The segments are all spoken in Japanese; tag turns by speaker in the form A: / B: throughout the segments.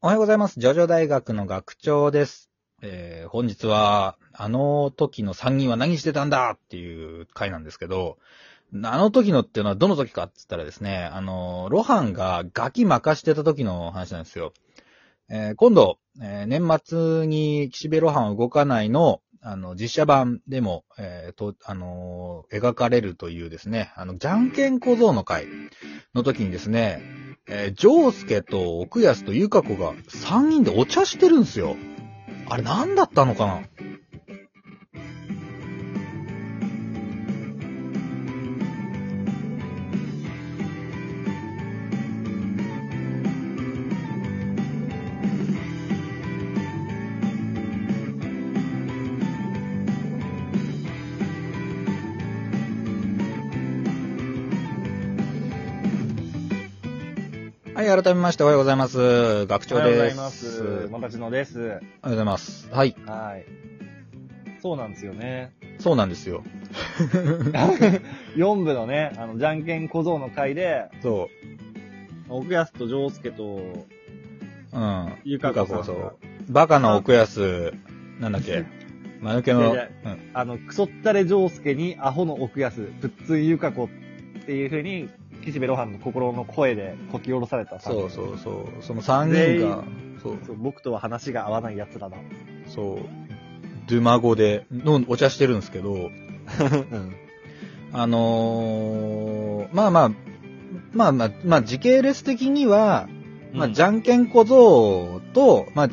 A: おはようございます。ジョジョ大学の学長です。えー本日は、あの時の3人は何してたんだっていう回なんですけど、あの時のっていうのはどの時かって言ったらですね、あの、ロハンがガキ任してた時の話なんですよ。えー今度、えー年末に岸辺露伴は動かないの、あの、実写版でも、えーと、あのー描かれるというですね、あの、じゃんけん小僧の回の時にですね、えー、ジョウスケと奥安とゆか子が3人でお茶してるんですよ。あれ何だったのかなはい、改めましておはようございます。学
B: お
A: 長
B: はよう
A: です。
B: ございます。またちのです。
A: おはようございます。はい、
B: はい。そうなんですよ ね。
A: そうなんですよ。
B: 4部のね、あの、じゃんけん小僧の回で、
A: そ
B: 奥安と丈介と、
A: う。うん。
B: ゆかこさんが
A: そう。バカな奥安、なんだっけ。間抜けの、
B: いやい
A: うん
B: あの、クソったれ丈介にアホの奥安、プッツンゆかこっていう風に、岸辺露伴の心の声でこき下ろされた
A: そ
B: 作品
A: うそうそう。その3人が、そう、
B: そう僕とは話が合わない奴らだ。
A: そう、ドゥマゴで、のお茶してるんですけど、
B: うん。
A: あのー、まあまあ、まあまあ、まあ時系列的には、まあ、じ
B: ゃ、
A: ゃんけん小僧と、まあ、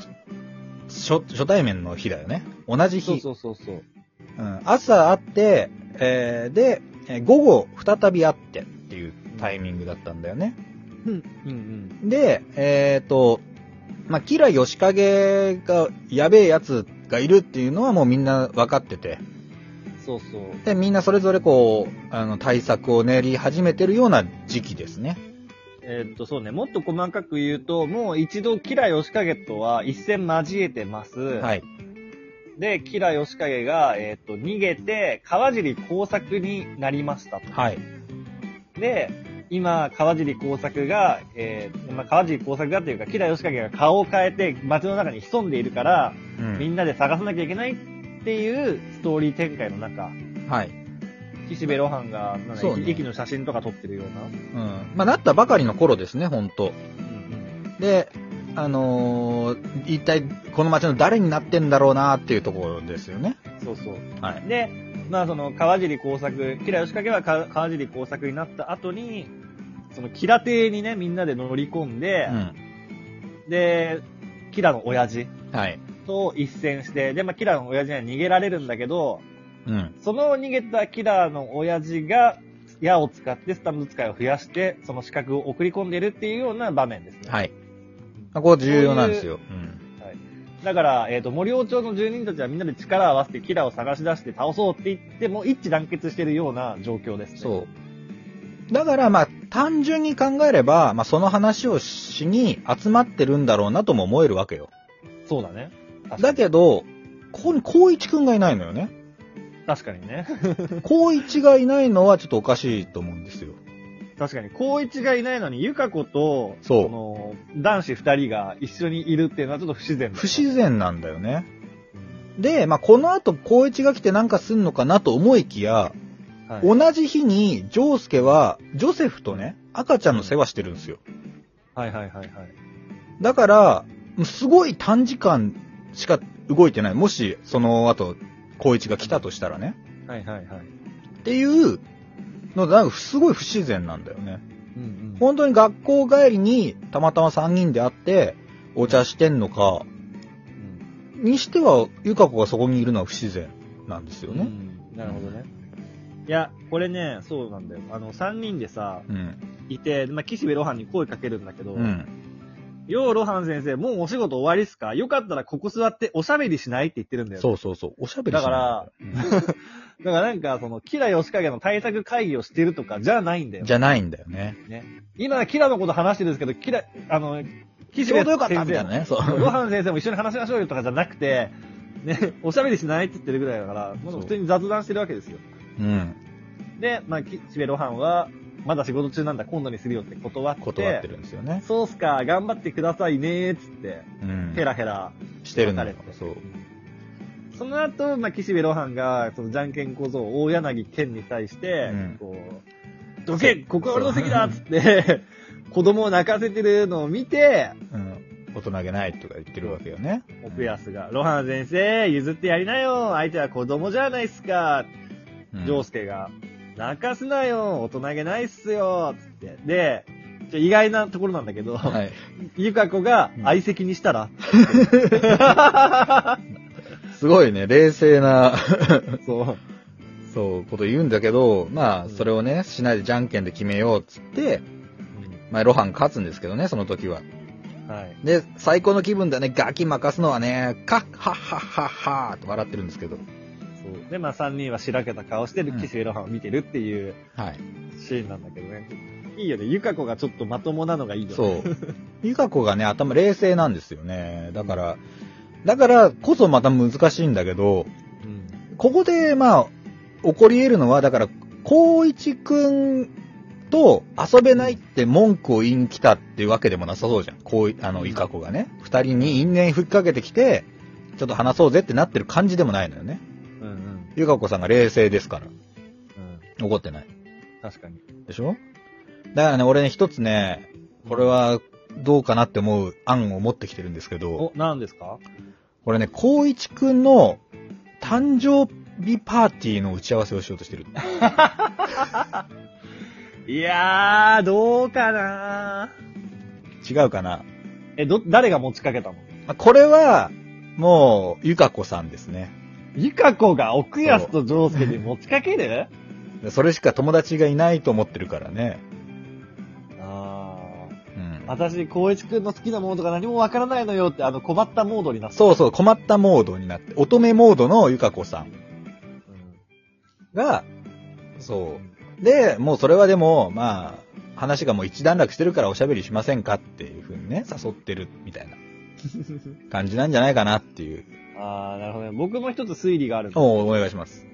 A: 初、初対面の日だよね。同じ日。
B: そうそうそうそう。
A: うん、朝会って、えーで、えー午後再び会ってっていうタイミングだったんだよね。
B: うん。うん
A: で、えっ、と、まあ、キラヨシカゲがやべえやつがいるっていうのはもうみんな分かってて、
B: うん。そうそう。
A: で、みんなそれぞれこう、あの、対策を練り始めてるような時期ですね。
B: えーっと、そうね、もっと細かく言うと、もう一度、キラヨシカゲとは一戦交えてます。
A: はい。
B: で、キラヨシカゲが、えーっと、逃げて、川尻工作になりましたと。
A: はい。
B: で、今、川尻工作が、えーまあ、川尻工作がというか、キラヨシカゲが顔を変えて、街の中に潜んでいるから、
A: う
B: み
A: ん。
B: んなで探さなきゃいけないっていうストーリー展開の中、
A: はい。
B: 岸辺露伴が、なんだ
A: そうね
B: 駅駅の写真とか撮ってるような。
A: うん。まあ、なったばかりの頃ですね、ほんと。で、あのー一体この街の誰になってんだろうなっていうところですよね。
B: そうそう。
A: はい。
B: で、まあその川尻工作、キラヨシカゲはか川尻工作になった後に、そのキラ邸にね、みんなで乗り込んで
A: う、ん。
B: で、キラの親父
A: はい。
B: と一戦して、で、まあキラの親父には逃げられるんだけど、
A: うん。
B: その逃げたキラの親父が、矢を使ってスタンド使いを増やして、その資格を送り込んでるっていうような場面ですね。
A: はい。まあここ重要なんですよ。うん。
B: だから、えっ、と、森王朝の住人たちはみんなで力を合わせてキラを探し出して倒そうって言って、もう一致団結してるような状況ですね。
A: そう。だから、まあ、単純に考えれば、まあ、その話をしに集まってるんだろうなとも思えるわけよ。
B: そうだね。確か
A: だ
B: に
A: けど、ここに光一くんがいないのよ ね。
B: 確かにね。
A: 光一がいないのはちょっとおかしいと思うんですよ。
B: 確かに、高一がいないのに、ゆか子と、
A: そう
B: の、男子二人が一緒にいるっていうのはちょっと不自然だよね
A: 不自然なんだよね。で、まあ、この後、光一が来てなんかすんのかなと思いきや、
B: はい
A: 同じ日に、ジョースケは、ジョセフとね、赤ちゃんの世話してるんですよ。
B: はいはいはいはい。
A: だから、すごい短時間しか動いてない。もし、その後、光一が来たとしたらね。
B: はいはいはい。
A: っていうので、なんかすごい不自然なんだよね。
B: うん
A: 本当に学校帰りに、たまたま3人で会って、お茶してんのか、
B: うん。
A: にしては、ゆか子がそこにいるのは不自然なんですよ
B: う
A: ね。
B: んなるほどね。いや、これね、そうなんだよ。あの、三人でさ、
A: うん。
B: いて、まあ、岸辺露伴に声かけるんだけど、
A: うん。
B: よう露伴先生、もうお仕事終わりっすかよかったらここ座っておしゃべりしないって言ってるんだよね。
A: そうそうそう。おしゃべりしないんだよ
B: だからなんか、その、キラヨシカゲの対策会議をしてるとかじゃないんだ
A: う
B: よ
A: ん。じゃないんだよね。
B: 今、キラのこと話してるんですけど、キラ、あの、岸
A: ちょう
B: 辺
A: どよかっ
B: 先
A: た
B: 生
A: みたいなね。そう。
B: ご飯先生も一緒に話しましょうよとかじゃなくて、ね、おしゃべりしないって言ってるぐらいだから、もう
A: そう
B: 普通に雑談してるわけですよ。
A: うん。
B: で、まあ、岸辺露伴は、まだ仕事中なんだ、今度にするよって断って。
A: 断ってるんですよね。
B: そうっすか、頑張ってくださいねーっつって、
A: うん
B: ヘ。ラヘラ。
A: してるんだよ
B: 別れ。て
A: そう。
B: その後、まあ、岸辺露伴が、そのじゃんけん小僧、大柳健に対して、
A: うん
B: こう、どけここは俺の席だっ つって、子供を泣かせてるのを見て、
A: うん。大人げないとか言ってるわけよね。
B: オペアスが、露伴先生、譲ってやりなよ相手は子供じゃないっすか
A: うん
B: ジョースケが、泣かすなよ大人げないっすよつって。で、ちょ意外なところなんだけど、
A: はい。
B: ゆか子が
A: うん
B: 相席にしたら、
A: すごいね、冷静 な、
B: そう。
A: そう、こと言うんだけど、まあ、
B: うん
A: それをね、しないでじゃんけんで決めようっつって、まあ、露伴勝つんですけどね、その時は。
B: はい。
A: で、最高の気分だね、ガキ任すのはね、カッハッハッハッハーと笑ってるんですけど。
B: そうで、まあ3人はしらけた顔してる
A: うん
B: 岸辺露伴を見てるっていう
A: はい。
B: シーンなんだけどね。いいよね。ゆか子がちょっとまともなのがいいよね。
A: そう。ゆか子がね、頭冷静なんですよね。だから、だからこそまた難しいんだけど、
B: うん。
A: ここで、まあ、起こり得るのは、だから、光一くんと遊べないって文句を言いに来たっていうわけでもなさそうじゃん。こうい、あの、
B: うん
A: いかこがね。二人に因縁吹っかけてきて、ちょっと話そうぜってなってる感じでもないのよね。
B: うんうん。
A: ゆかこさんが冷静ですから。
B: うん。
A: 怒ってない。
B: 確かに。
A: でしょだからね、俺ね、一つね、これは、どうかなって思う案を持ってきてるんですけど、
B: お、何ですか
A: これね、光一くんの誕生日パーティーの打ち合わせをしようとしてる。
B: いやー、どうかな
A: 違うかな
B: え、ど、誰が持ちかけたの
A: まあこれは、もう、ゆかこさんですね。
B: ゆか子が奥安と丈介に持ちかける
A: それしか友達がいないと思ってるからね。
B: あー。
A: うん。
B: 私、光一くんの好きなものとか何もわからないのよって、あの、困ったモードになった。
A: そうそう、困ったモードになって、乙女モードのゆかこさん
B: うん
A: が、そう。で、もうそれはでも、まあ、話がもう一段落してるからおしゃべりしませんかっていうふうにね、誘ってるみたいな感じなんじゃないかなっていう。
B: あー、なるほどね。僕も一つ推理があるんだ
A: おうお願いします。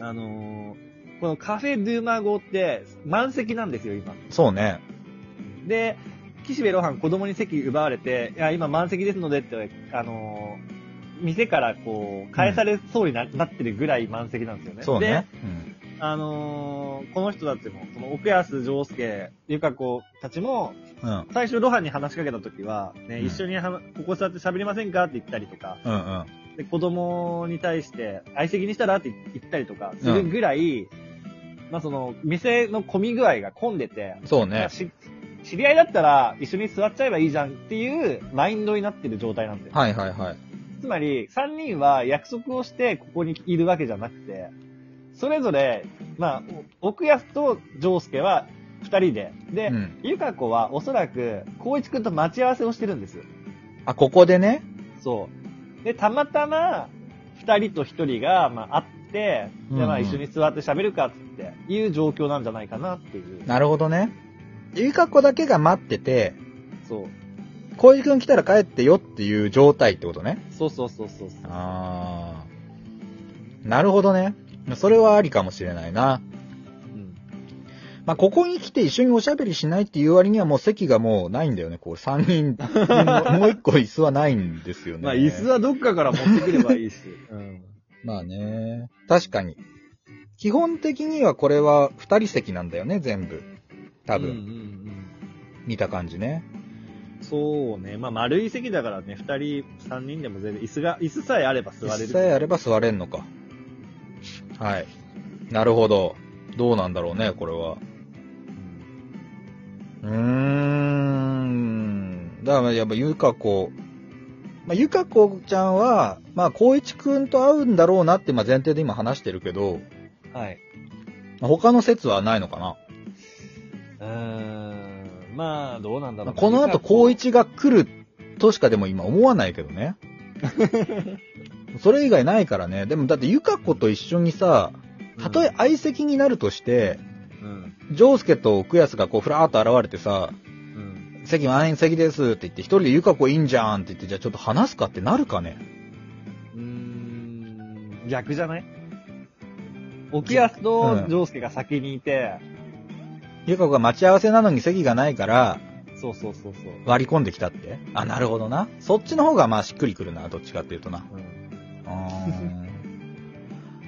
B: あのー、このカフェ・ドゥ・マーゴって満席なんですよ、今。
A: そうね。
B: で、岸辺露伴子供に席奪われて、いや、今満席ですのでって、あのー、店からこう、返されそうにな,、なってるぐらい満席なんですよね。
A: そうね。うん
B: で、あのー、この人たちも、その奥安丈介、ゆか子たちも、
A: うん。
B: 最初露伴に話しかけた時は、ね、
A: うん
B: 一緒にはなここ座って喋りませんかって言ったりとか、
A: うんうん。
B: で、子供に対して、相席にしたらって言ったりとかするぐらい、まあその、店の混み具合が混んでて、
A: そう
B: まあ
A: ね。
B: し知り合いだったら一緒に座っちゃえばいいじゃんっていうマインドになってる状態なんだよ。
A: はいはいはい。
B: つまり、3人は約束をしてここにいるわけじゃなくて、それぞれ、まあ、お奥安と丈介は2人で、で、
A: うん。
B: ゆか子はおそらく、光一くんと待ち合わせをしてるんですよ。
A: あ、ここでね。
B: そう。で、たまたま、二人と一人が、まあ、会って、で、ま
A: う
B: あ、
A: んうん
B: 一緒に座って喋るか、つって、いう状況なんじゃないかなっていう。
A: なるほどね。ゆかこだけが待ってて、
B: そう。
A: 浩二くん来たら帰ってよっていう状態ってことね。
B: そうそうそうそうそう。
A: あー。なるほどね。それはありかもしれないな。
B: うん。
A: まあ、ここに来て一緒におしゃべりしないっていう割にはもう席がもうないんだよね。こう、三人、 もうもう一個椅子はないんですよね。
B: まあ、椅子はどっかから持ってくればいいし。 うん。
A: まあね。確かに。基本的にはこれは二人席なんだよね、全部。多分、
B: うんうんうん。
A: 見た感じね。
B: そうね。まあ、丸い席だからね、二人、三人でも全然、椅子が、椅子さえあれば座れる。
A: 実際あれば座れんのか。はい。なるほど。どうなんだろうね、これは。
B: うん
A: うーん。だから、やっぱ、ゆかこ。まあ、ゆかこちゃんは、まあ、光一くんと会うんだろうなって、まあ、前提で今話してるけど、
B: はい。
A: まあ他の説はないのかな。
B: うーん。まあ、どうなんだろう。
A: この後、光一が来るとしかでも今思わないけど ね。それ以外ないからね。でも、だって、ゆか子と一緒にさ、たとえ相席になるとして、
B: うん。
A: ジョースケとクヤスがこう、ふらーっと現れてさ、
B: うん。
A: 席満員席ですって言って、一人でゆか子いいんじゃんって言って、じゃあちょっと話すかってなるかね。
B: うん。うーん。逆じゃない沖安と丈介が先にいて、
A: ゆか子が待ち合わせなのに席がないから、
B: そうそうそうそう。
A: 割り込んできたって。あ、なるほどな。そっちの方がまあしっくりくるな、どっちかっていうとな。
B: うん
A: うーん。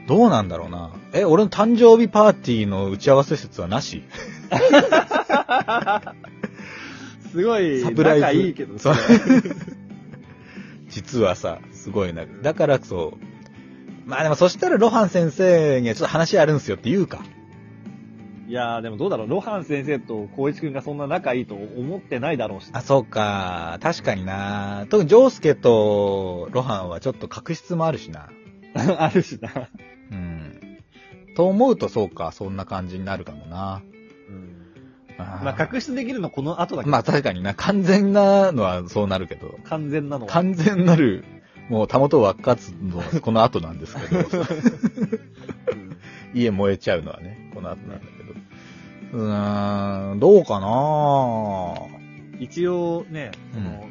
A: どうなんだろうな。え、俺の誕生日パーティーの打ち合わせ説はなし
B: すごい、
A: サプライズ
B: 仲いいけど、
A: そう実はさ、すごいな。だからこそ、まあでもそしたらロハン先生にはちょっと話あるんすよって言うか。
B: いやーでもどうだろう、ロハン先生と光一くんがそんな仲いいと思ってないだろうし。
A: あ、そうか。確かにな。特にジョースケとロハンはちょっと確執もあるしな。
B: あるしな。
A: うん。と思うとそうか、そんな感じになるかもな。
B: まあ、
A: 確
B: 確執できるのこの後だけど、
A: まあ確かにな、完全なのはそうなるけど、
B: 完全なのは。
A: 完全なる、もうたもとわかつのはこの後なんですけど、
B: うん
A: 家燃えちゃうのはね、この後なんだけど。うーん、どうかな
B: 一応ね、その、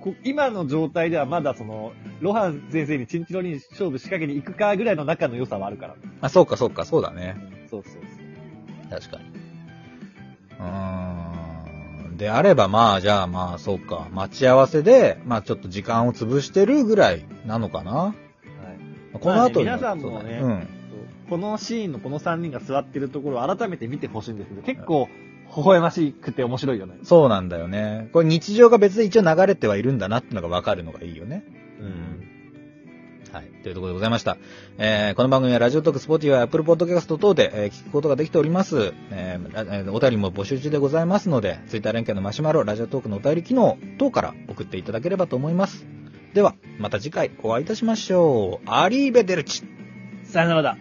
B: こ今の状態ではまだその、ロハン先生にチンチロリン勝負仕掛けに行くかぐらいの仲の良さはあるから。
A: あ、そうかそうか、そうだね。
B: そうそうそう。
A: 確かに。うーん。であれば、まあ、じゃあ、まあ、そうか。待ち合わせで、まあ、ちょっと時間を潰してるぐらいなのかな。
B: はい、
A: この後に、
B: まあね皆さんもね
A: そうだうん。
B: このシーンのこの3人が座ってるところを改めて見てほしいんですけど、結構、微笑ましくて面白いよね。
A: そうなんだよね。これ日常が別に一応流れてはいるんだなってのが分かるのがいいよね。。
B: うん
A: はい。というところでございました。えー、この番組はラジオトーク、スポーティーやアップルポッドキャスト等で、えー聞くことができております。えーラえーお便りも募集中でございますので、ツイッター連携のマシュマロ、ラジオトークのお便り機能等から送っていただければと思います。では、また次回お会いいたしましょう。アリーベデルチ
B: さよならだ。